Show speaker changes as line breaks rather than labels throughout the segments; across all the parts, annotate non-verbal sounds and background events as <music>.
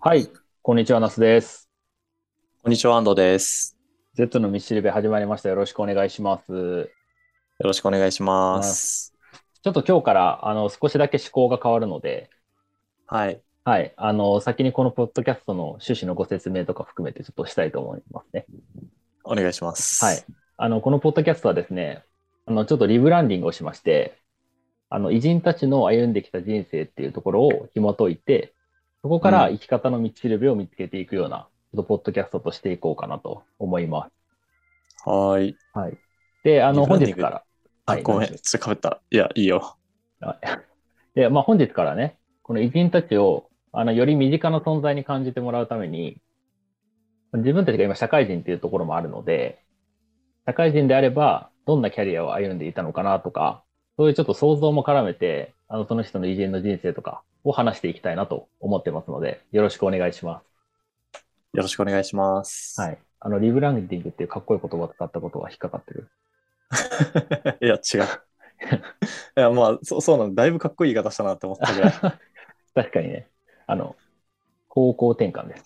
はい、こんにちは、那須です。
こんにちは、安藤です。
Z の道しるべ始まりました。よろしくお願いします。
よろしくお願いします。
ちょっと今日からあの少しだけ趣向が変わるので、
はい。
はい、あの先にこのポッドキャストの趣旨のご説明とか含めてちょっとしたいと思いますね。
お願いします。
はい。あのこのポッドキャストはですね、あのちょっとリブランディングをしまして、あの偉人たちの歩んできた人生っていうところを紐解いて、そこから生き方の道しるべを見つけていくような、ちょっとポッドキャストとしていこうかなと思います。
はーい。
はい。で、あの
リブラ
本
ンディ
日
ング
から。
あ
はい
ごめん、ちょっとかぶった。いや、いいよ。
で、まあ、本日からね、この偉人たちをあのより身近な存在に感じてもらうために、自分たちが今社会人っていうところもあるので、社会人であればどんなキャリアを歩んでいたのかなとか、そういうちょっと想像も絡めて、あのその人の偉人の人生とかを話していきたいなと思ってますので、よろしくお願いしま
よろしくお願いします。
す。はい。あの、リブランディングっていうかっこいい言葉使ったことは引っかかってる。
<laughs> い。や、違う。いや、まあ、そうそうなの。だいぶかっこいい言い方したなって思ったぐ <laughs> らい。
確かにね、あの、方向転換です。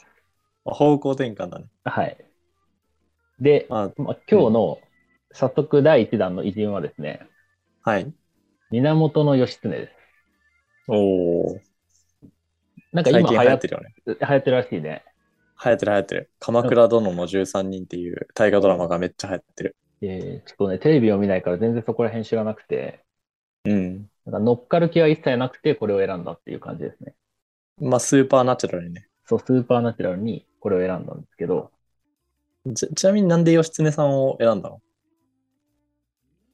方向転換だね。
はい。で、
ま
まあ、今日の早速第1弾の偉人はですね、
あ、はい。
源義経です。
おー。
なんか
最
今
近
流行
流行
っ
ってて
る
るよね。
流行ってるらしいね。
流行ってる流行ってる。鎌倉殿の13人っていう大河ドラマがめっちゃ流行ってる。
えーちょっとね、テレビを見ないから全然そこら辺知らなくて、
うん。
なんか乗っかる気は一切なくてこれを選んだっていう感じですね。
まあ、スーパーナチュラルにね。
そう、スーパーナチュラルにこれを選んだんですけど、
ちちなみになんで義経さんを選んだの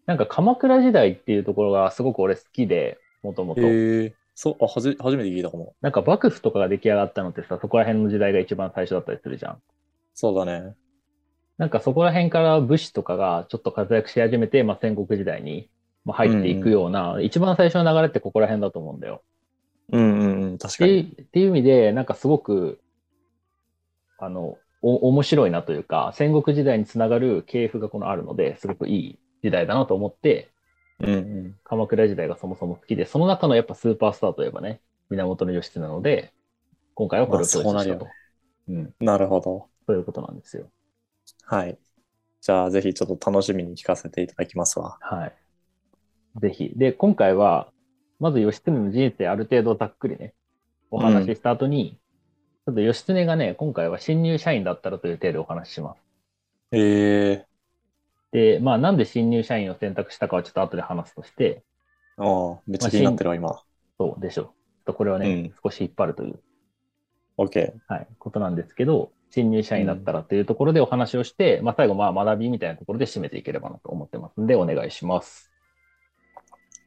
なんか鎌倉時代っていうところがすごく俺好きで、もともと。
へえ。そう、あ、はじ、初めて聞いたかも。
なんか幕府とかが出来上がったのってさ、そこら辺の時代が一番最初だったりするじゃん。
そうだね。
なんかそこら辺から武士とかがちょっと活躍し始めて、まあ、戦国時代にまあ入っていくような、一番最初の流れってここら辺だと思うんだよ。
うんうんうん、確
っ
か
てい
に。
うっていう意味で、なんかすごく、あの、お面白いなというか、戦国時代につながる系譜がこのあるので、すごくいい時代だなと思って、
うんうん。
鎌倉時代がそもそも好きで、その中のやっぱスーパースターといえばね、源義経なので、今回はこれをチョイス
まあ
し
そうな
た
る
と
よ。
うん、
なるほど。
そういうことなんですよ。
はい。じゃあ、ぜひちょっと楽しみに聞かせていただきますわ。
はい。ぜひ。で、今回は、まず義経の人生ある程度ざっくりね、お話しした後に、ちょっと義経がね、今回は新入社員だったらという程度お話しします。
ええ
で、まあなんで新入社員を選択したかはちょっと後で話すとして、
ああ、めっちゃ気になってるわ、今。
そうでしょう。ちょっとこれはね、
うん
少し引っ張るという、
OK。
はい、ことなんですけど、新入社員だったらというところでお話をして、まあ最後、まあ学びみたいなところで締めていければなと思ってますんで、お願いします。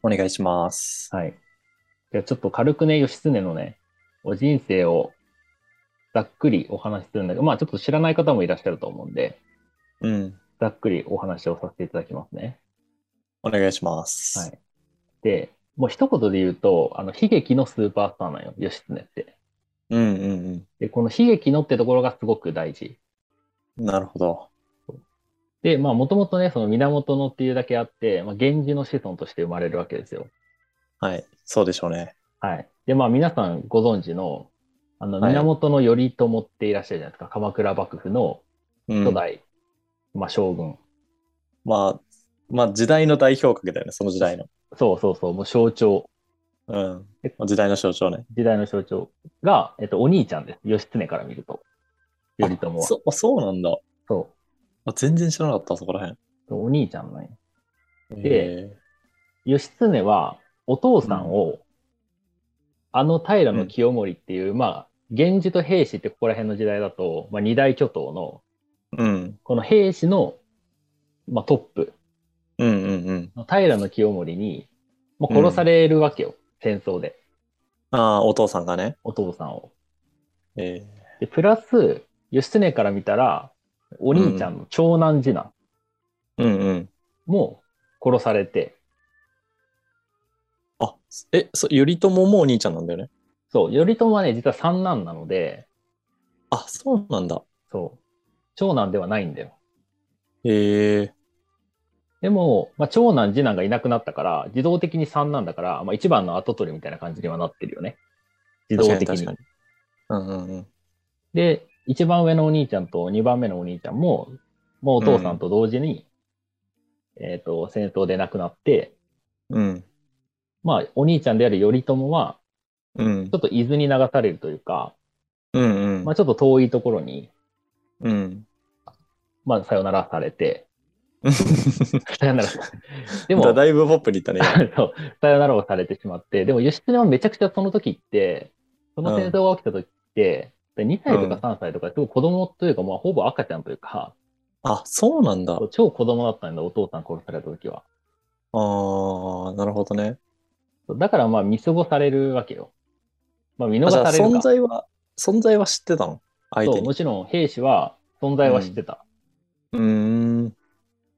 お願いします。
はい。じゃあちょっと軽くね、義経のね、お人生をざっくりお話しするんだけど、まあちょっと知らない方もいらっしゃると思うんで、
うん。
ざっくりお話をさせていただきますね。
お願いします。
はい。で、もう一言で言うと、あの、悲劇のスーパースターなんよ、義経って。
うんうん
で、この悲劇のってところがすごく大事。
うん。なるほど。
で、まあもともとね、その源のっていうだけあって、まあ源氏の子孫として生まれるわけですよ。
はい。そうでしょうね。
はい。で、まあ皆さんご存知の、あの、
はい
源頼朝っていらっしゃるじゃないですか。鎌倉幕府の
うん
初。代、まあ、将軍。
まあ、まあ、時代の代表格だよね、その時代の。
そうそうそう、もう象徴、
うん
え。
時代の象徴ね。
時代の象徴が、えっと、お兄ちゃんです。義経から見ると。頼朝は。
あ
そ
そあそうなんだ。
う
あ全然知らなかった、そこら辺。
そう。お兄ちゃんなんよ
ええ
義経は、お父さんを、あの平清盛っていう、まあ、源氏と平氏ってここら辺の時代だと、まあ、二大巨頭の、
うん。
この平氏の、まあ、トップ
うんうんうん。
の平清盛に、もう殺されるわけよ。戦争で、
ああ、お父さんがね。
お父さんを。
ええ
で、プラス、義経から見たら、お兄ちゃんの長男次男
うんうん。
も殺されて、
あ、え、そ頼朝もお兄ちゃんなんだよね。
そう、頼朝はね、実は三男なので、
あ、そうなんだ。
そう、長男ではないんだよ。
へえ。
でも、まあ、長男、次男がいなくなったから、自動的に三男だから、まあ、一番の跡取りみたいな感じにはなってるよね。自動的に。
確かに。確かにうんうんうん。
で、一番上のお兄ちゃんと二番目のお兄ちゃんも、もうお父さんと同時に、えっ、と、戦闘で亡くなって、
うん。
まあ、お兄ちゃんである頼朝は、
うん
ちょ。っと伊豆に流されるというか、
うん。うん
まあ、ちょっと遠いところに、
うん。
まあ、さよならされ
<laughs>
て、さよなら。で
で
も、
も、だいぶポップにいったね。
そうさよならをされてしまって、でも、義経はめちゃくちゃその時って、その戦争が起きた時って、2歳とか3歳とか、すごい子供というか、まあ、ほぼ赤ちゃんというか、
<laughs> あ、そうなんだ。あ
超子供だったんだ、お父さん殺された時は。
あ、なるほどね。
そうだから、まあ、見過ごされるわけよ。まあ、見逃
あじゃ
さ
あ、
れる
存
か。
在は、存在は知ってたの相
そ
手
う、
に。
もちろん兵士は存在は知ってた。
うーん。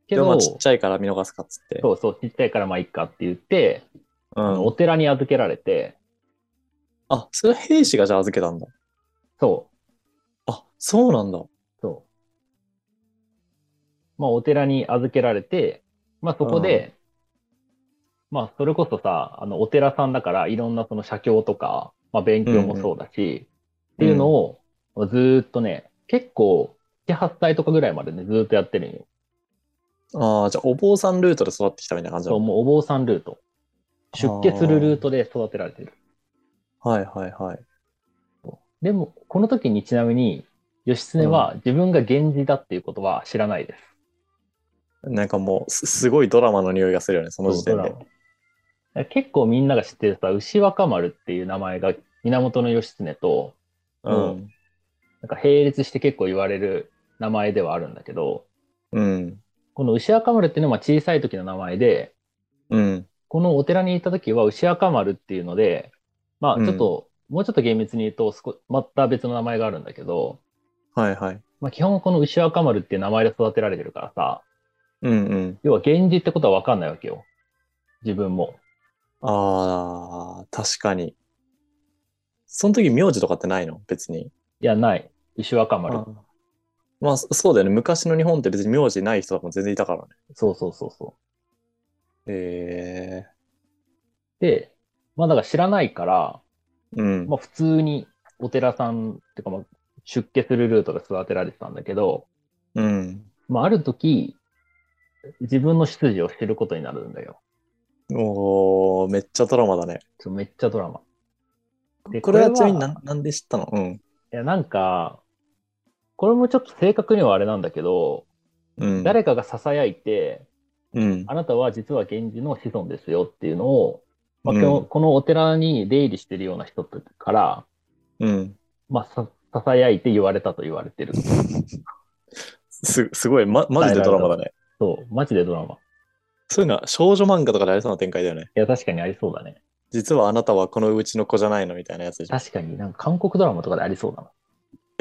け
でもま
ど、
あ、ちっちゃいから見逃すかっつって。
そうそう、ちっちゃいからまあいっかって言って、
う
あのお
ん。
寺に預けられて、
あ、それ兵士がじゃあ預けたんだ。
そ
あ、そうなんだ。
う、そう。まあお寺に預けられて、まあそこで、まあそれこそさ、あのお寺さんだからいろんなその写経とか、まあ勉強もそうだし、っていうのをずーっとね、結構、7、8歳とかぐらいまでね、ずーっとやってるんよ。
ああ、じゃあ、お坊さんルートで育ってきたみたいな感じだ
そう、。もうお坊さんルート。出家するルートで育てられてる。
はいはいはい。
でも、この時にちなみに、義経は自分が源氏だっていうことは知らないです。
なんかもうす、すごいドラマの匂いがするよね、その時点
そう
で
ド。ラマ結構みんなが知ってるさ、牛若丸っていう名前が源義経と、
う
ドラマ
ん。
なんか並列して結構言われる名前ではあるんだけど、
うん。
この牛若丸っていうのは小さい時の名前で、
うん。
このお寺に行った時は牛若丸っていうので、まあちょっと、もうちょっと厳密に言うと少、また別の名前があるんだけど、
はいはい。
まあ基本この牛若丸っていう名前で育てられてるからさ、
うんうん。
要は源氏ってことは分かんないわけよ。自分も。
ああ、確かに。その時名字とかってないの別に。
いや、ない。牛若丸。
あまあ、そそうだよね。昔の日本って別に名字ない人とかも全然いたからね。
そうそうそうそ
え
う。で、まあだから知らないから、
えうん。
まあ普通にお寺さんってかまあ出家するルートで育てられてたんだけど、
うん。
まあある時、自分の出自を知ることになるんだよ。
おー、めっちゃドラマだね。
ちょめっちゃドラマ。で
これはちなみに
い
なんなんで知ったのうん。
や、なんか、これもちょっと正確にはあれなんだけど、
うん。
誰かが囁いて、
うん。
あなたは実は源氏の子孫ですよっていうのを、まあ
うん
今日このお寺に出入りしてるような人から、
うん。
まあ、さささやいて言われたと言われてる。
す、すごい、ま、マジでドラマだね。
そう、マジでドラマ。い
そういうのは少女漫画とかでありそうな展開だよね。
や、確かにありそうだね。
実はあなたはこのうちの子じゃないのみたいなやつでしょ。
確かになんか韓国ドラマとかでありそうだ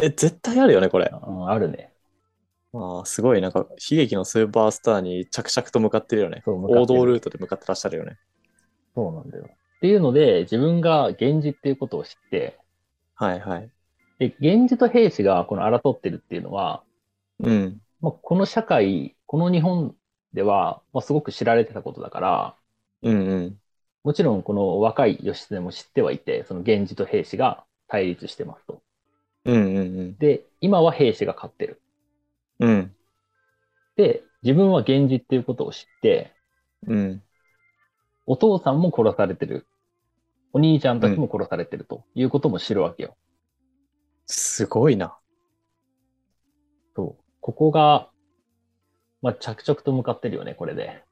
え、絶対あるよね、これ。
な。うん、あるね。
ああ、すごい、なんか、悲劇のスーパースターに着々と向かってるよね。
そう向かってる
王道ルートで向かってらっしゃるよね。
そうなんだよ。っていうので、自分が源氏っていうことを知って、
はいはい。
で、源氏と兵士がこの争ってるっていうのは、
うん。
まあ、この社会、この日本では、まあ、すごく知られてたことだから、
うんうん。
もちろんこの若い義経も知ってはいて、その源氏と兵士が対立してますと。
うんうん
で、今は兵士が勝ってる。
うん。うん。
で、自分は源氏っていうことを知って、
うん。
お父さんも殺されてる。お兄ちゃんたちも殺されてるということも知るわけよ。
すごいな。
そう。ここが、まあ、着々と向かってるよね、これで。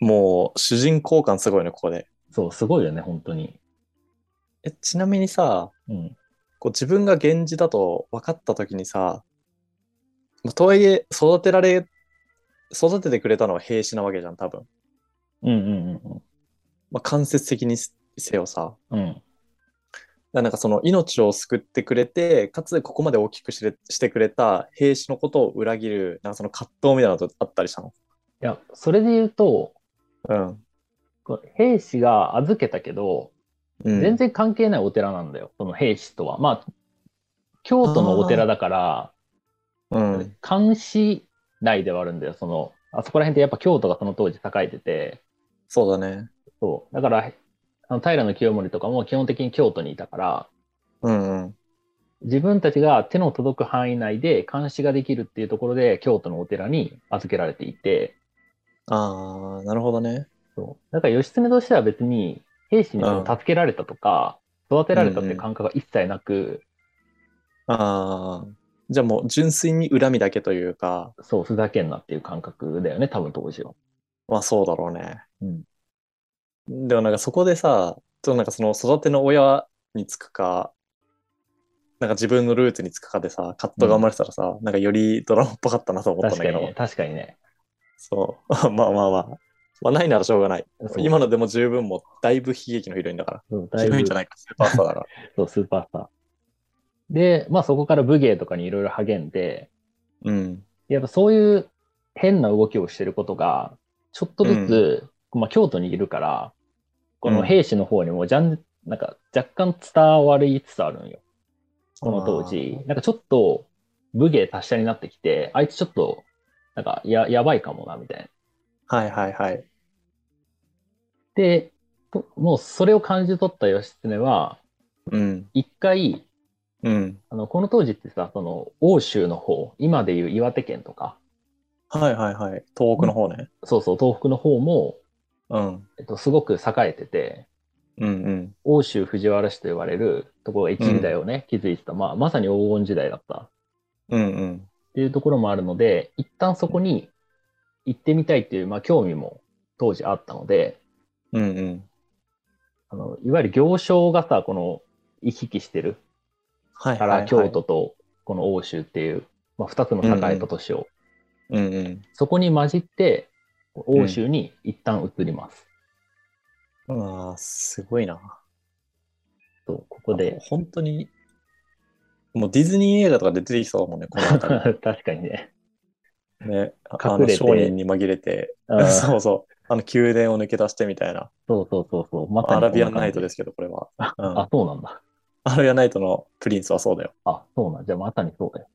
もう、主人公感すごいね、ここで。
そう、すごいよね、本当に。
え、ちなみにさ、
うん。
こう自分が源氏だと分かった時にさ、まあとはいえ、育てられ、育ててくれたのは兵士なわけじゃん、多分。
うんうんうん
まあ、間接的にせよさ、
うん。うん。
なんかその命を救ってくれて、かつここまで大きくしれしてくれた兵士のことを裏切る、なんかその葛藤みたいなのとあったりしたの。
いや、それで言うと、
うん。
こう兵士が預けたけど、
うん、
全然関係ないお寺なんだよ、その兵士とは。まあ、京都のお寺だから、
うん。
監視内ではあるんだよ、その、あそこら辺ってやっぱ京都がその当時栄えてて、
そうだね。
そう。だから、あの平清盛とかも基本的に京都にいたから、
うんうん。
自分たちが手の届く範囲内で監視ができるっていうところで、京都のお寺に預けられていて、
ああ、なるほどね。
そうだから義経としては別に、兵士にその
うん
助けられたとか、育てられたっていう感覚が一切なく、
ああ。じゃあもう純粋に恨みだけというか、
そう、ふざけんなっていう感覚だよね、多分当時は。
まあそうだろうね。
うん
でもなんかそこでさ、ちょっとなんかその育ての親につくか、なんか自分のルーツにつくかでさ、カットが生まれてたらさ、なんかよりドラマっぽかったなと思ったん
確
だ
か
け
に
ど、
ね、確かにね。
そう。 <laughs> まあまあまあ。まあないならしょうがない。
そう
今のでも十分もうだいぶ悲劇のヒロインだか
そう
ら。
だい
ヒロイン
ぶ
じゃないか、スーパースターだから。
そう、スーパースター。で、まあそこから武芸とかにいろいろ励んで、
<laughs> うん。
やっぱそういう変な動きをしてることが、ちょっとずつ、まあ京都にいるから、この兵士の方にもじゃん、なんか若干伝わりつつあるんよ。この当時。なんかちょっと武芸達者になってきて、あいつちょっと、なんかややばいかもな、みたいな。
あー。はいはいはい。
で、ともうそれを感じ取った義経は、
うん。
一回、
うん。
あの、この当時ってさ、その、欧州の方、今でいう岩手県とか、
はいはいはい。東北の方ね。
そうそう、東北の方も、
うん。
えっと、すごく栄えてて、
うんうん。
欧州藤原氏と呼ばれるところが一時代をね、築いてた、まあ、まさに黄金時代だったっ
うんうん。
ていうところもあるので、一旦そこに行ってみたいっていう、まあ、興味も当時あったので、
うんうん。
あの、いわゆる行商がさ、この、行き来してる
はい
か
はいは
ら、
い。
京都とこの欧州っていう、まあ、二つの栄えた都市を、
うんうん。
そこに混じって、欧州に一旦移ります。
ああ、すごいな。
とここで
あ、本当に、もうディズニー映画とかで出てきそうだもんね、この
<laughs>
辺
確かにね。
<laughs> り。ね、あ
隠
あの
れて
商人に紛れて、
うん
<laughs> そうそう、あの宮殿を抜け出してみたいな。
そうそうそうそう。ま。
アラビアンナイトですすけど、これ <laughs> は。うん
あ、そうなんだ。
<laughs> アラビアンナイトのプリンスはそうだよ。
あ、そうなんじゃあまさにそうだよ。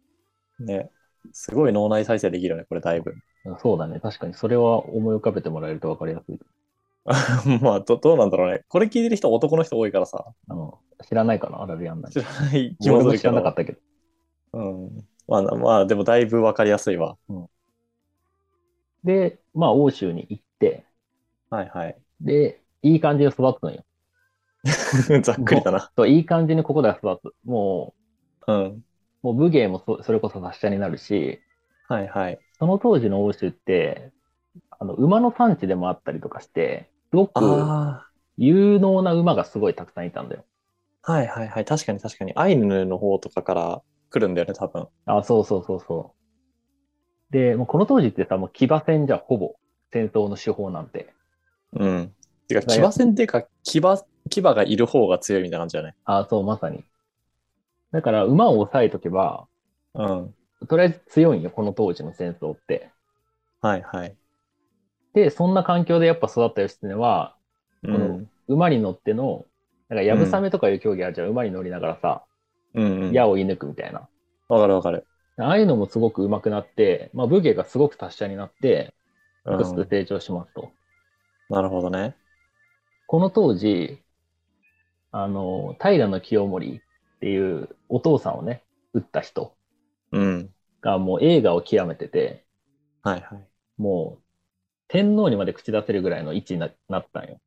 ね。すごい脳内再生できるよね、これだいぶ。 <laughs>
うんそうだね。確かにそれは思い浮かべてもらえると分かりやすい。
まあど、どうなんだろうね。これ聞いてる人男の人多いからさ、
あの知らないかな、アラビアンナイト
知。らない気も
俺
す
も
る
知
け
らなか
ど
っ。たけど。
うん。まあ、まあ、でもだいぶわかりやすいわ。
で、まあ、欧州に行って、
はいはい。 <laughs>
で、いい感じで育つのよ。
ざっくりだな。
そういい感じにここでは育つ。も
うん。
う、もう武芸もそそれこそ達者になるし、
はいはい。
その当時の欧州って、あの馬の産地でもあったりとかして、すごく
あ
有能な馬がすごいたくさんいたんだよ。
あ、はいはいはい。確かに確かに。アイヌの方とかから来るんだよね、多分。
あ、そうそうそうそう。で、もうこの当時ってさ、もう騎馬戦じゃほぼ戦闘の手法なんて。
うん。てか、
だ
騎
よ
馬戦っていうか、騎馬、騎馬がいる方が強いみたいな感じだね。
あ、そう、まさに。だから馬を抑えとけば、
うん。
とりあえず強いんよ、この当時の戦争って。
はいはい。
で、そんな環境でやっぱ育った義経は、
う
この
ん。
馬に乗っての、なんかやぶさめとかいう競技あるじゃん、馬に乗りながらさ、
うん、うん。
矢を射抜くみたいな。
わかるわかる。
ああいうのもすごく上手くなって、まあ、武芸がすごく達者になって、
うん
複数成長しますと。
なるほどね。
この当時、あの、平清盛っていうお父さんをね、撃った人
うん。
がもう映画を極めてて、
はいはい。
もう天皇にまで口出せるぐらいの位置にななったんよ。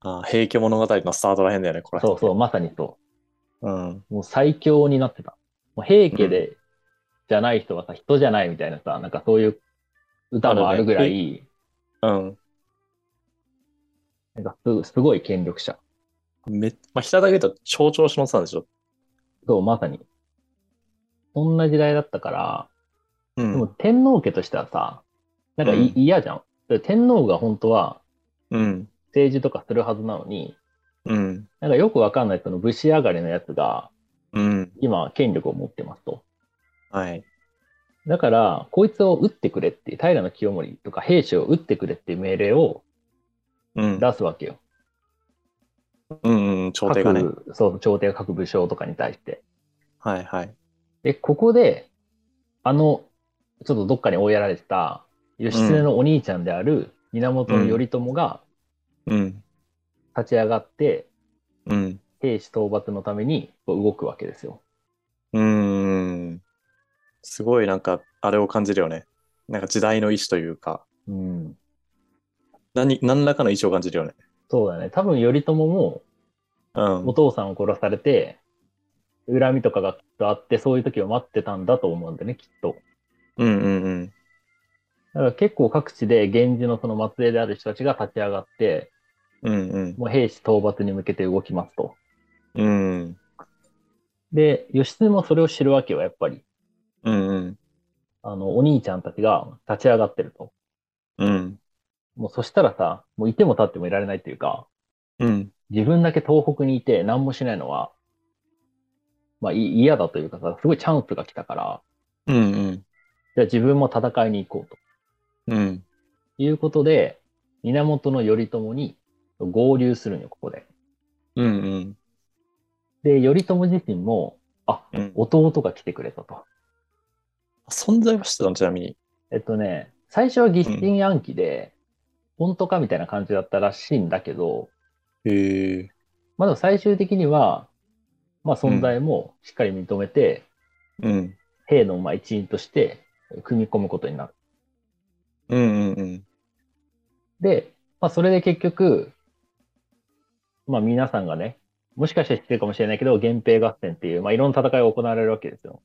ああ、平家物語のスタートらへんだよね、これ。。
そうそう、まさにそう
うん。
う。もう最強になってた。もう平家で、じゃない人はさ、人じゃないみたいなさ、なんかそういう歌もあるぐら
ある
い、
うん。
なんかすすごい権力者。
め、まあ、平たく言うと、超調子乗ってたんでしょ。
そう、まさに。そんな時代だったから、
う
でも
ん。
天皇家としてはさ、なんかい
うん
嫌、じゃん。で天皇が本当は
うん。
政治とかするはずなのに、
うん。
なんかよくわかんないその武士上がりのやつが
うん。
今権力を持ってますと。
はい。
だから、こいつを撃ってくれって、平清盛とか兵士を撃ってくれっていう命令を
うん。
出すわけよ。
うんうん。朝廷がね。
各そう、朝廷が各武将とかに対して。
はいはい。
で、ここで、あの、ちょっとどっかに追いやられてた、義経のお兄ちゃんである源頼朝が
うん。
立ち上がって、
うん。
兵士討伐のためにこう動くわけですよ。
うーん。すごいなんか、あれを感じるよね。なんか時代の意志というか、
うん。
何、何らかの意志を感じるよね。
そうだね。多分頼朝も
うん
お。父さんを殺されて、恨みとかがきっとあって、そういう時を待ってたんだと思うんだよね、きっと。
うんうんうん。
だから結構各地で源氏のその末裔である人たちが立ち上がって、
うんうん。
もう兵士討伐に向けて動きますと。
うん。
で、義経もそれを知るわけよ、やっぱり。
うんうん。
あの、お兄ちゃんたちが立ち上がってると。
うん。
もうそしたらさ、もういても立ってもいられないというか、
うん。
自分だけ東北にいて何もしないのは、まあい嫌だというかさ、すごいチャンスが来たから、
うんうん。
じゃあ自分も戦いに行こうと
うん。
いうことで、源頼朝に合流するのよ、ここで。
うんうん。
で、頼朝自身も、あ、
うん
弟が来てくれたと。
存在はしてたのちなみに。
えっとね、最初は疑心暗鬼で、本当かみたいな感じだったらしいんだけど、
へえ。
まあでも最終的には、まあ存在もしっかり認めて、
うん。
兵のまあ一員として組み込むことになる。
うんうんうん。
で、まあそれで結局、まあ皆さんがね、もしかしたら知ってるかもしれないけど、源平合戦っていう、まあいろんな戦いが行われるわけですよ。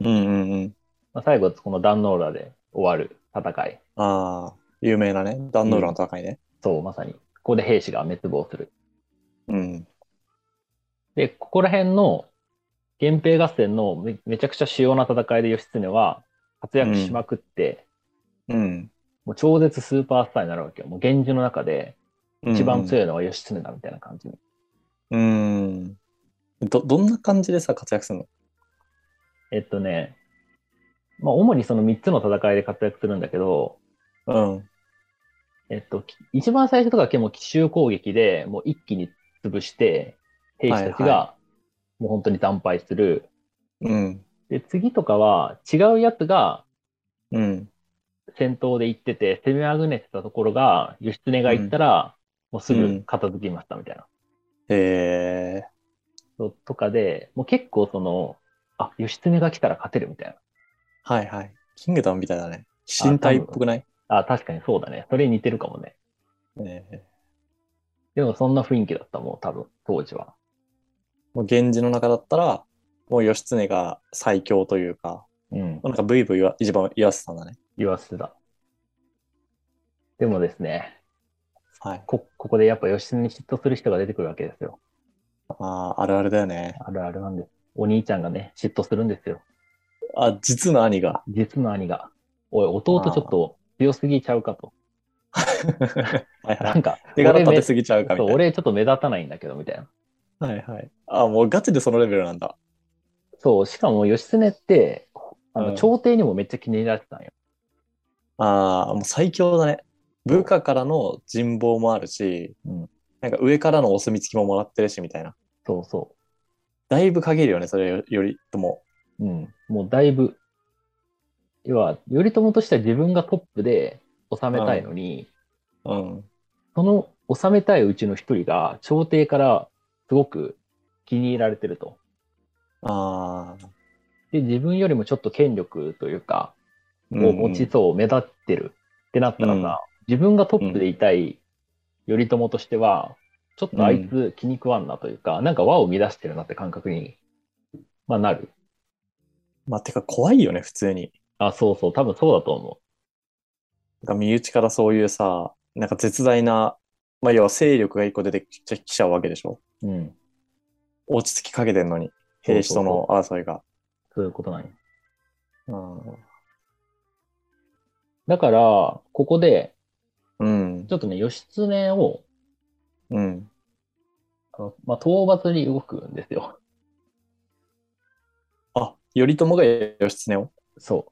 うんうんうん。
まあ、最後はこの壇ノ浦で終わる戦い。
ああ、有名なね。壇ノ浦の戦いね。
そう、まさに。ここで兵士が滅亡する。
うん。
で、ここら辺の源平合戦のめめちゃくちゃ主要な戦いで義経は活躍しまくって、
うん。
もう超絶スーパースターになるわけよ。もう源氏の中で一番
い。
強いのは義経だみたいな感じに。
うん。ど、どんな感じでさ、活躍するの
えっとね、まあ主にその3つの戦いで活躍するんだけど、
うん。
えっと、き一番最初とかは結構もう奇襲攻撃でもう一気に潰して、兵士たち
はい
がもう本当に惨敗する。
うん。
で、次とかは違うやつが
うん。
戦闘で行ってて、攻めあぐねてたところが、義経が行ったら、もうすぐ片付きましたみたいな。
へえ。
ととかで、もう結構その、あ、義経が来たら勝てるみたい
はいはい。キングダムみたいだね。身体っぽくない
な。あ、確かにそうだね。それに似てるかもね。
ええ
でもそんな雰囲気だったもん、多分、当時は。
もう源氏の中だったら、もう義経が最強というか、
うん。
なんかブイブイは一番言わせてたんだね。
言わせてた。でもですね、
はい。
こ、ここでやっぱ義経に嫉妬する人が出てくるわけですよ。
ああ、あるあるだよね。
あるあるなんです。お兄ちゃんがね、嫉妬するんですよ。
あ、実の兄が。
実の兄が。おい、弟ちょっと強すぎちゃうかと。
はいは。
ないんか、
手
俺
柄立
め
てすぎちゃうかみ
そう
たい
俺ちょっと目立たないんだけど、みたいな。
な。はいはい。あ、もうガチでそのレベルなんだ。
そう、しかも義経って、あ
う
の
ん
朝廷にもめっちゃ気に入られてたんよ。
ああ、もう最強だね。部下からの人望もあるし、
うん
なんか上からのお墨付きももらってるしみたいな。
そうそ
だいぶ限るよね、それよよりとも。
う。うん。もうだいぶ、要は、頼朝としては自分がトップで治めたいのに、
うん。
その治めたいうちの一人が朝廷からすごく気に入られてると。
ああ。
で、自分よりもちょっと権力というか、
うんう
を
ん
持ちそう、目立ってるってなったらさ、
うん
自分がトップでいたい頼朝としては、ちょっとあいつ気に食わんなというか、なんか和を乱してるなって感覚に、まあ、なる。
まあ、てか怖いよね、普通に。
あ、そうそう、多分そうだと思
なんか身内からそういうさ、なんか絶大な、まあ、要は勢力が一個出てきちゃうわけでしょ。
う。うん。
落ち着きかけてんのに、兵士との争いが。
そういうことなんよ
う
だから、ここで、
ん。
ちょっとね、義経を、
うん。
あのまあ、討伐に動くんですよ。
あ、頼朝が義経を。
そ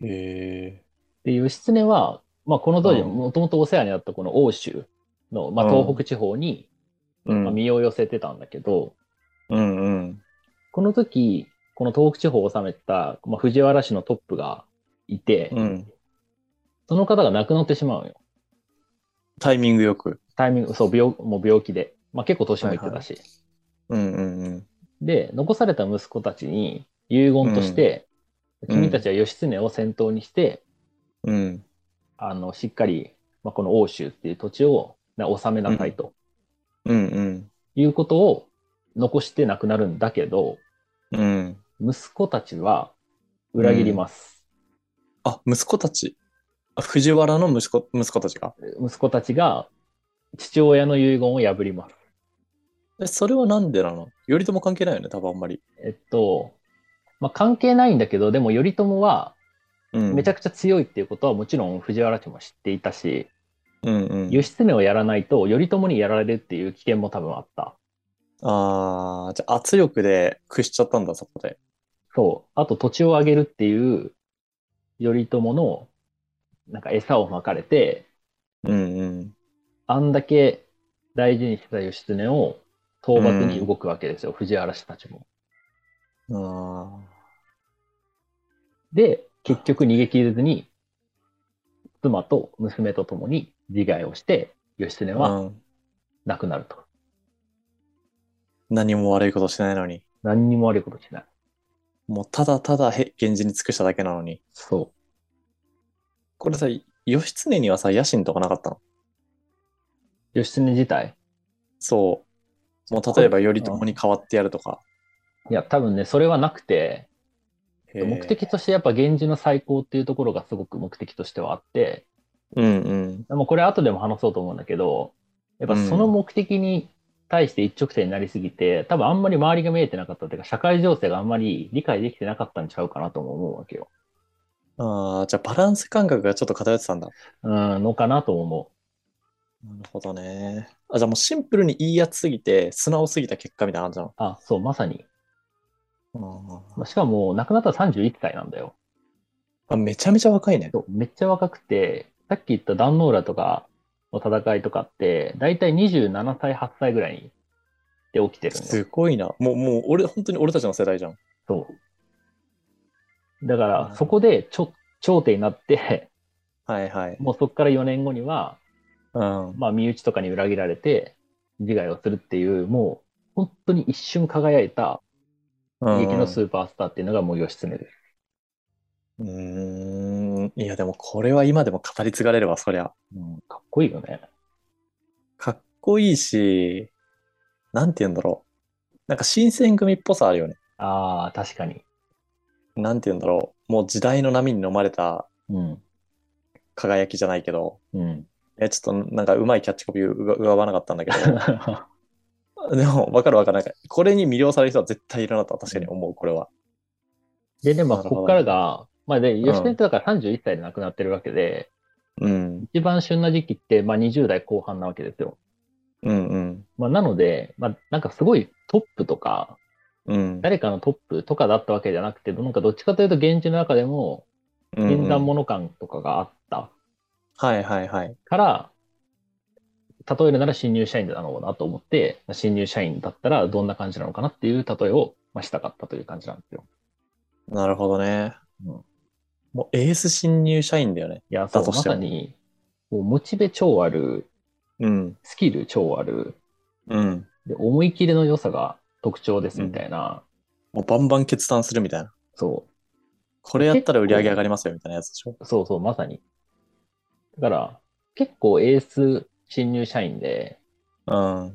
う。
へえ。
で、義経は、まあ、この当時、
うん
もともとお世話になったこの欧州の、まあ、
うん
東北地方に、
う
まあ、
ん。
身を寄せてたんだけど、
うんうん。
この時、この東北地方を治めてた、まあ、藤原氏のトップがいて、
うん。
その方が亡くなってしまうのよ。
タイミングよく。
タイミング、そう、病、もう病気で。まあ、結構年もいってたし。
うんうんうん。
で、残された息子たちに遺言として、
うん
君たちは義経を先頭にして、
うん。
あの、しっかり、まあ、この欧州っていう土地をな治めなさいと
うんうん。
いうことを残して亡くなるんだけど、
うん。
息子たちは裏切ります。
あ、息子たち。あ藤原の息子、息子たちが。
息子たちが父親の遺言を破ります。
え、それはなんでなの頼朝関係ないよね、多分あんまり。
えっと、まあ、関係ないんだけど、でも頼朝は
うん。
めちゃく
く
ちゃ強いっていうことはもちろん藤原氏も知っていたし、
うんうん。
義経をやらないと頼朝にやられるっていう危険も多分あった。
ああ、じゃあ圧力で屈しちゃったんだ、そこで。
そう。あと土地を上げるっていう頼朝のなんか餌をまかれて、
うんうん。
あんだけ大事にしてた義経を討伐に動くわけですよ、藤原氏たちも。
あ
で、結局逃げ切れずに、妻と娘と共に自害をして、義経
あ、
は
うん
亡くなると。
何も悪いことしないのに。
何にも悪いことしない。
もうただただへ源氏に尽くしただけなのに。
そ
これさ、義経にはさ、野心とかなかったの
う。義経自体。
そう。もう例えば頼朝に代わってやるとか。
いや、多分ね、それはなくて、
へー
目的としてやっぱ源氏の再興っていうところがすごく目的としてはあって、
うんうん。
もうこれ後でも話そうと思うんだけど、やっぱその目的に対して一直線になりすぎて、多分あんまり周りが見えてなかったっていうか、社会情勢があんまり理解できてなかったんちゃうかなとも思うわけよ。
ああ、じゃあバランス感覚がちょっと偏ってたんだ。
うん、のかなとも思う。
なるほどね。あ、じゃあもうシンプルにいいやつすぎて、素直すぎた結果みたいな感
あ、そう、まさに。
じなの。
まあしかも、亡くなったら31歳なんだよ。
あ、めちゃめちゃ若いね。
そうめっちゃ若くて、さっき言った壇ノ浦とかの戦いとかって、だいたい27歳、8歳ぐらいで起きてるんだ
す
よ。
ごいな。もう、もう俺、本当に俺たちの世代じゃん。
そう。だから、そこでちょ頂点になって、
はいはい。
もうそこから4年後には、
うん。
まあ、身内とかに裏切られて、自害をするっていう、もう、本当に一瞬輝いた
うん
劇のスーパースターっていうのがもう義経です。
うーん。いや、でもこれは今でも語り継がれるわ、そりゃ。
うん、かっこいいよね。
かっこいいし、なんて言うんだろう。なんか新選組っぽさあるよね。
ああ、確かに。
なんて言うんだろう。もう時代の波に飲まれた
うん。
輝きじゃないけど、
うん。 <laughs>
え、ちょっとなんかうまいキャッチコピーうが浮かばなかったんだけど、 <laughs> でもわかるわかる。なんかこれに魅了される人は絶対いるなとは確かに思う、これは。
で、でも、
なる
こ
ほど
こからが、まあ、で、
ん
吉田ってだから31歳で亡くなってるわけで、
うん。
一番旬な時期って、まあ、20代後半なわけですよ。
うんうん。
まあ、なので、まあ、なんかすごいトップとか、
うん。
誰かのトップとかだったわけじゃなくて、なんかどっちかというと、現地の中でも、
うんうん
禁断物感とかがあった
はいはいはい。
から、例えるなら新入社員だろうなと思って、新入社員だったらどんな感じなのかなっていう例えを、まあ、したかったという感じなんですよ。
なるほどね。
うん
もうエース新入社員だよね。
いや、そう、
だと
ま
して
さ
も
に、もうモチベ超ある、
うん。
スキル超ある、
うん。
で、思い切りの良さが特徴ですみたいな、
もうバンバン決断するみたいな。
そ
これやったら売り上げ上がりますよみたいなやつでしょ。
う、そうそう、まさに。だから、結構エース新入社員で、
うん。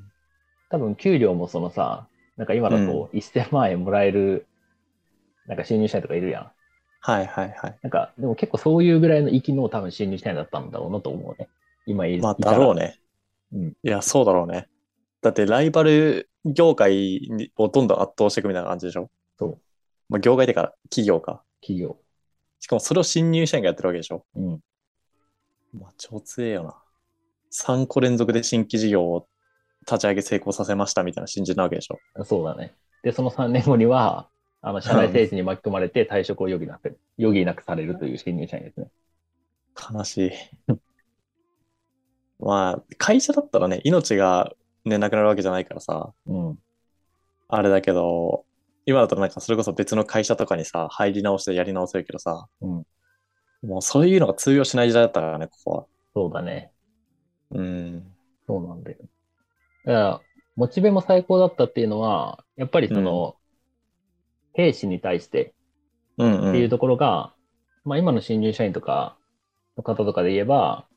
多分給料もそのさ、なんか今だと1000万円もらえる、なんか新入社員とかいるやん。
はいはいはい。
なんか、でも結構そういうぐらいの域の多分新入社員だったんだろうなと思うね。今いる。
まあ、だろう
ね。
ね。
うん
いや、そうだろうね。だってライバル業界にをどんどん圧倒していくみたいな感じでしょ。
そう。
まあ、業界でから企業か。
企業。
しかもそれを新入社員がやってるわけでしょ。
うん。
まあ、超強えよな。3個連続で新規事業を立ち上げ成功させましたみたいな新人なわけでしょ。
そうだね。で、その3年後には、あの、社内政治に巻き込まれて退職を余儀なく、余儀なくされるという新入社員ですね。
悲しい。 <laughs> まあ、会社だったらね、命がね、なくなるわけじゃないからさ、
うん。
あれだけど、今だとなんかそれこそ別の会社とかにさ、入り直してやり直せるけどさ、
うん
もうそういうのが通用しない時代だったからね、ここは。
そうだね。
うん。
そうなんだよ。だから、モチベも最高だったっていうのは、やっぱりその、兵士に対して
うんう
っ
ん。
ていうところが、まあ今の新入社員とかの方とかで言えば、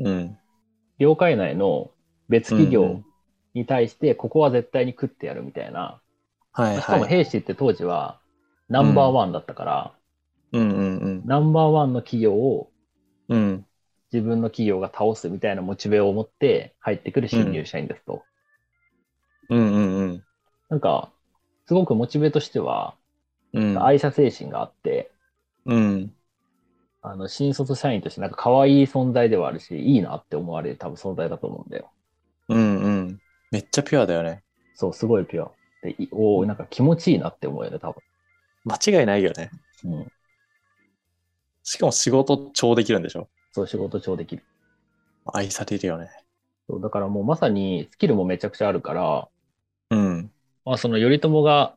うん。
業界内の別企
うん
業
うん
に対して、ここは絶対に食ってやるみたいな。
はい
しかも
はい。
兵士って当時はナンバーワンだったから、
うんうんうん。
ナンバーワンの企業を
うん。
自分の企業が倒すみたいなモチベを持って入ってくる新入社員ですと。
うんうんうん。
なんか、すごくモチベとしては、
うん。
愛社精神があって、
うん。
あの、新卒社員としてなんか可愛い存在ではあるし、いいなって思われる多分存在だと思うんだよ。
うんうん。めっちゃピュアだよね。
そう、すごいピュア。で、いおおなんか気持ちいいなって思うよね、多
間違いないよね。
分。うん。
しかも仕事超できるんでしょ
そう、仕事超できる。
愛されるよね。
そう、だからもうまさにスキルもめちゃくちゃあるから、
うん。
まあ、その頼朝が、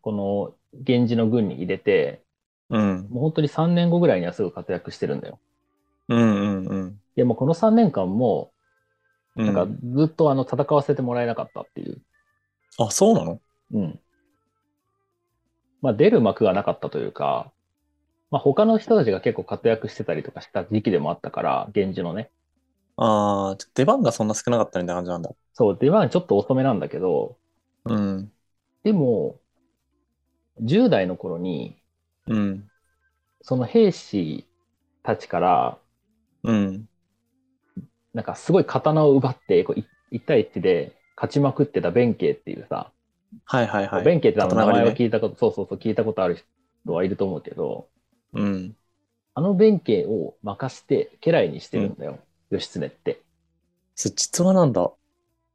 この、源氏の軍に入れて、
うん。
もう本当に3年後ぐらいにはすぐ活躍してるんだよ。
うんうんうん。
いや、もうこの3年間も、
な
なんかずっとあの、戦わせてもらえなかったっていう。
あ、そうなの
うん。まあ、出る幕がなかったというか、まあ、他の人たちが結構活躍してたりとかした時期でもあったから、源氏のね。
ああ、ちょ出番がそんな少なかったみたいな感じなんだ。
そう、出番ちょっと遅めなんだけど、
うん。
でも、10代の頃に、
うん。
その兵士たちから、
うん。
なんかすごい刀を奪って、こうい一対一で勝ちまくってた弁慶っていうさ、
はいはいはい。
弁慶ってあの名前
刀狩り
を
ね
聞いたこと、そうそうそう、聞いたことある人はいると思うけど、
うん。
あの弁慶を任して家来にしてるんだよ、義経って。
そ実話なんだ。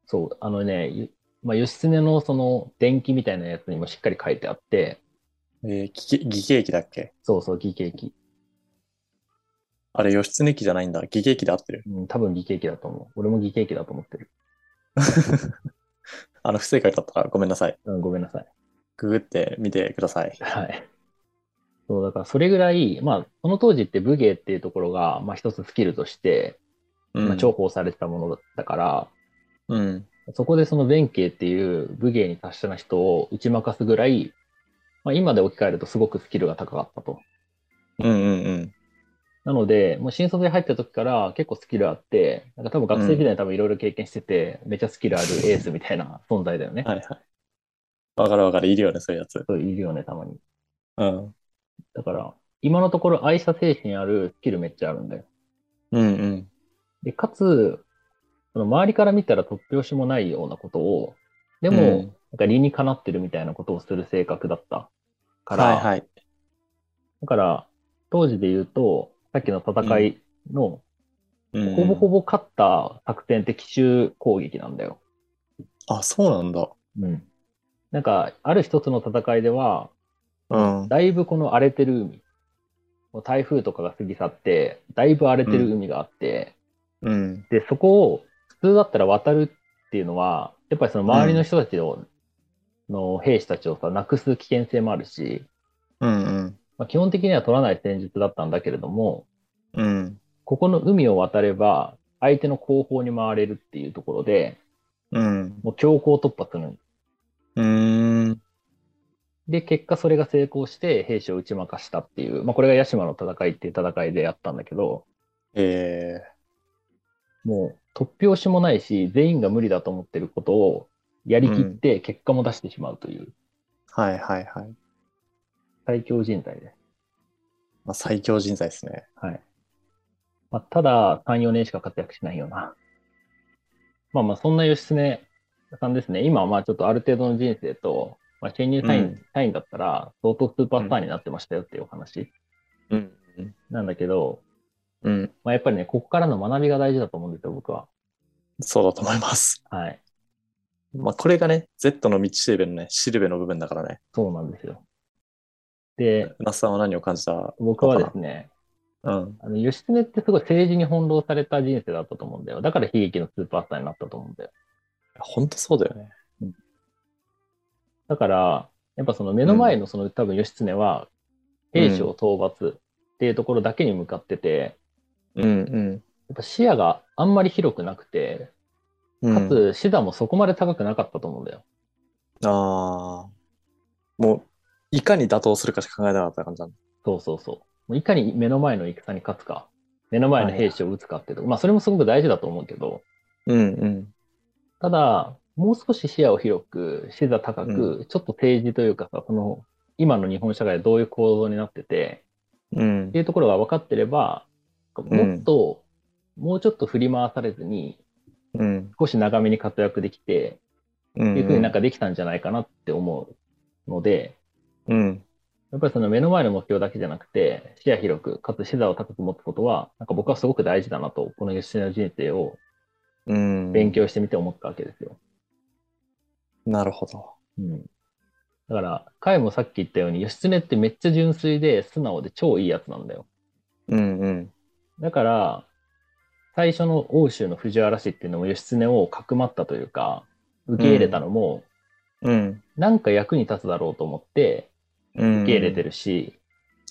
そう、あのね、ゆまあ、義経のその伝記みたいなやつにもしっかり書いてあって、
えー、義経義経記だっけ
そうそう、義経記。
あれ、義経記じゃないんだ。義経記で合ってる。 <laughs>
うん、多分義経記だと思う。俺も義経記だと思ってる。
あの、不正解だったらごめんなさい。
うん、ごめんなさい。 <laughs>
ググってみてください。
はい。そう、だからそれぐらい、まあ、その当時って武芸っていうところが、まあ一つスキルとして、
うん。
まあ、重宝されてたものだったから、
うん。
そこでその弁慶っていう武芸に達したな人を打ち負かすぐらい、まあ今で置き換えるとすごくスキルが高かったと。
うんうんうん。
なので、もう新卒で入った時から結構スキルあって、なんか多分学生時代に多分いろいろ経験してて、めちゃスキルあるエースみたいな存在だよね。
はいはい。わかるわかる。いるよね、そういうやつ。
そういるよね、たまに。
うん。
だから、今のところ愛車精神あるスキルめっちゃあるんだよ。
うんうん。
で、かつ、その周りから見たら突拍子もないようなことを、でも、
うん
なんか理にかなってるみたいなことをする性格だったから、
はいはい。
だから、当時で言うと、さっきの戦いの、
うん
ほぼほぼ勝った作戦って奇襲攻撃なんだよ。
あ、そうなんだ。
うん。なんか、ある一つの戦いでは、
うん。
だいぶこの荒れてる海、もう台風とかが過ぎ去って、だいぶ荒れてる海があって、
うん。
で、そこを普通だったら渡るっていうのは、やっぱりその周りの人たちを、の兵士たちをさ、なくす危険性もあるし、
うんうん。
まあ、基本的には取らない戦術だったんだけれども、
うん。
ここの海を渡れば、相手の後方に回れるっていうところで、
うん。
もう強行突破するん
うーん。
で、結果それが成功して兵士を打ち負かしたっていう、まあこれが屋島の戦いっていう戦いでやったんだけど、
ええ
もう突拍子もないし、全員が無理だと思ってることをやりきって結果も出してしまうという
はいはいはい。
最強人材です。
まあ、最強人材ですね。
はい。まあただ、3、4年しか活躍しないような。まあまあそんな義経さんですね。今はまあちょっとある程度の人生と、まあ新入社員,、
うん
社員だったら相当スーパースターになってましたよっていうお話
うん。
なんだけど、
うん。
まあやっぱりね、ここからの学びが大事だと思うんですよ、僕は。
そうだと思います。 <laughs>
はい。
まあ、これがね、Z の道しるべのね、しるべの部分だからね。
そうなんですよ。で、
那須さんは何を感じた
僕はですね、
うん。
あの、義経ってすごい政治に翻弄された人生だったと思うんだよ。だから悲劇のスーパースターになったと思うんだよ。
ほんとそうだよね。
だから、やっぱその目の前のその、多分義経は、兵士を討伐っていうところだけに向かってて、
うんうん。
やっぱ視野があんまり広くなくて、
う
か
ん、
つ、シダもそこまで高くなかったと思うんだよ。
ああ。もう、いかに打倒するかしか考えなかった感じなんだ。
そうそうそう。もういかに目の前の戦に勝つか、目の前の兵士を撃つかっていうとこ、まあそれもすごく大事だと思うけど、
うんうん。
ただ、もう少し視野を広く、視座高く、
う
ちょっと政治というかさ、その、今の日本社会はどういう構造になってて、
うん
って。いうところが分かってれば、もっと、もうちょっと振り回されずに、
うん。
少し長めに活躍できて、
うん。
っていうふうになんかできたんじゃないかなって思うので、
うん。
やっぱりその目の前の目標だけじゃなくて、視野広く、かつ視座を高く持つことは、なんか僕はすごく大事だなと、この吉野の人生を
うん。
勉。強してみて思ったわけですよ。
なるほど。
うん。だから、カイもさっき言ったように、義経ってめっちゃ純粋で素直で超いいやつなんだよ。
うんうん。
だから、最初の欧州の藤原氏っていうのも義経をかくまったというか、受け入れたのも、
うん。
なんか役に立つだろうと思って
うん。
受け入れて。るし、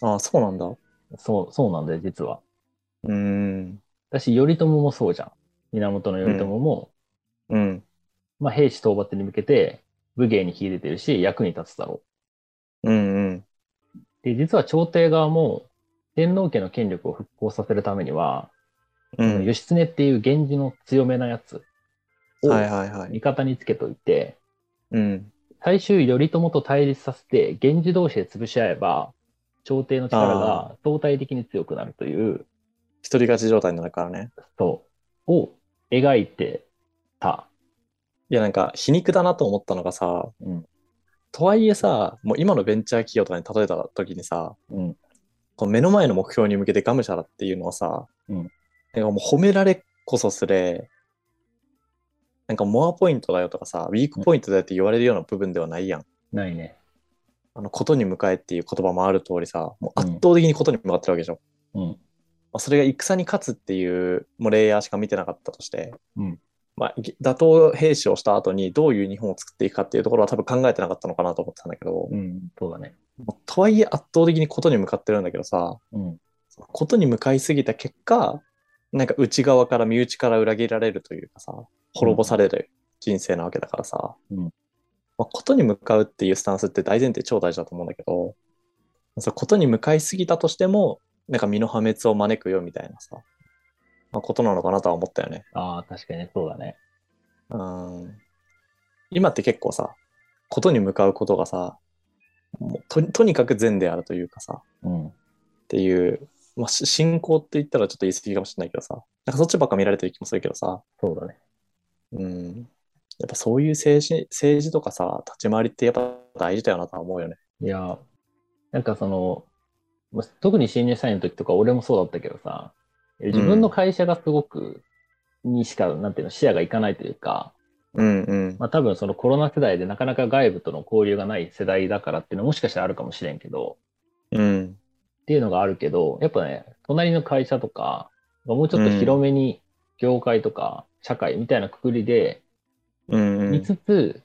ああ、そうなんだ。
そう、そうなんだよ、実は。
うん。
だし、頼朝もそうじゃん。源頼朝も、
うん。
まあ、兵士討伐に向けて武芸に秀でてるし、役に立つだろ
うんうん。
う。で、実は朝廷側も、天皇家の権力を復興させるためには、
うん。
義経っていう源氏の強めなやつを
はいはいはい。
味方につけといて、
うん。
最終頼朝と対立させて源氏同士で潰し合えば朝廷の力が相対的に強くなるという
一人勝ち状態になるからね。
そうを描いてた。
いや、なんか、皮肉だなと思ったのがさ、
うん
とはいえさ、もう今のベンチャー企業とかに例えた時にさ、
うん
この目の前の目標に向けてがむしゃらっていうのはさ、
うん
なんかもう褒められこそすれ、なんかモアポイントだよとかさ、ウィークポイントだよって言われるような部分ではないやん。
ないね。
あの、ことに向かえっていう言葉もある通りさ、もう
うん
圧倒的にことに向かってるわけでしょ。
うん。
まあ、それが戦に勝つっていうもうレイヤーしか見てなかったとして、
うん
まあ、ぎ打倒兵士をした後にどういう日本を作っていくかっていうところは多分考えてなかったのかなと思ってたんだけど、
うん。そうだね。
まあとはいえ圧倒的にことに向かってるんだけどさ、
うん。
そのことに向かいすぎた結果、なんか内側から身内から裏切られるというかさ、滅ぼされる人生なわけだからさ、
うん
まあ、ことに向かうっていうスタンスって大前提超大事だと思うんだけど、そうことに向かいすぎたとしても、なんか身の破滅を招くよみたいなさ、まあ、ことなのかなとは思ったよね。
ああ、確かにねそうだね。
うん今って結構さ、ことに向かうことがさ、もうととにかく善であるというかさ、
うん。
っていう、まあ、し信仰って言ったらちょっと言い過ぎかもしれないけどさ、なんかそっちばっか見られてる気もするけどさ、
そうだね。
うん。やっぱそういう政治、政治とかさ、立ち回りってやっぱ大事だよなとは思うよね。
いや、なんかその、ま特に新入社員の時とか俺もそうだったけどさ、自分の会社がすごく、にしか、なんていうの、視野がいかないというか、
うんうん。
まあ多分そのコロナ世代でなかなか外部との交流がない世代だからっていうのはもしかしたらあるかもしれんけど、
うん。
っていうのがあるけど、やっぱね、隣の会社とか、もうちょっと広めに業界とか社会みたいなくくりで
うんう
見
ん。
つつ、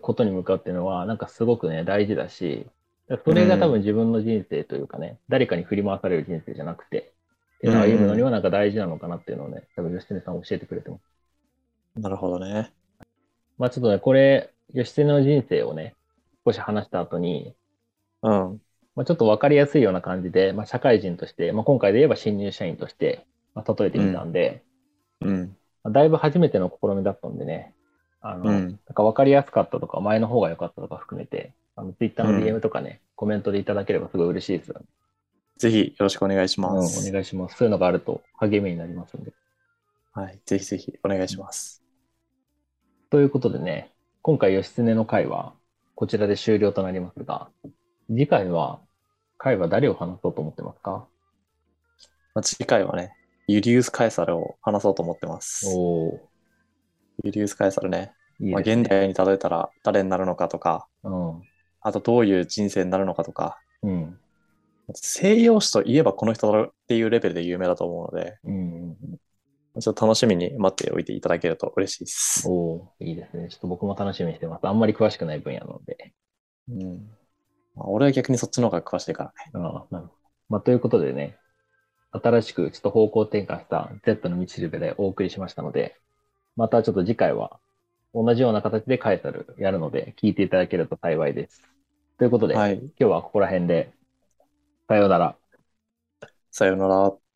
ことに向かうっていうのは、なんかすごくね、大事だし、それが多分自分の人生というかね、誰かに振り回される人生じゃなくて、っていうのを歩むのにはなんか大事なのかなっていうのをね、多分吉根さん教えてくれてます。
なるほどね。
まあちょっとね、これ、吉瀬の人生をね、少し話した後に、
うん。
まあ、ちょっと分かりやすいような感じで、まあ、社会人として、まあ、今回で言えば新入社員として、まあ、例えてみたんで、
うん。
まあだいぶ初めての試みだったんでね、あの、
う
なん
ん。
か分かりやすかったとか、前の方が良かったとか含めて、あの Twitter の
うん
DM とかね、コメントでいただければすごい嬉しいですよね、
ぜひよろしくお願いし
うん。
ま
お
す。
願いします。そういうのがあると励みになりますんで。
はい。ぜひぜひお願いします。
ということでね、今回義経の会はこちらで終了となりますが、次回は、会は誰を話そうと思ってますか
まあ、次回はね、ユリウス・カエサルを話そうと思ってます。
お
ユリウス・カエサルね。
ーいい
まあ、
ですね
現代に例えたら誰になるのかとか、あとどういう人生になるのかとか、
うん。うん。
西洋史といえばこの人だろっていうレベルで有名だと思うので、
うんうん。
ちょっと楽しみに待っておいていただけると嬉しいです。
おーいいですね。ちょっと僕も楽しみにしてます。あんまり詳しくない分野なので。
うんまあ、俺は逆にそっちの方が詳しいからね。
ああ、なるほど。まあ、ということでね、新しくちょっと方向転換した Z の道しるべでお送りしましたので、またちょっと次回は同じような形でカエサルやるので、聞いていただけると幸いです。ということで、
はい。
今日はここら辺で、さようなら。
さようなら。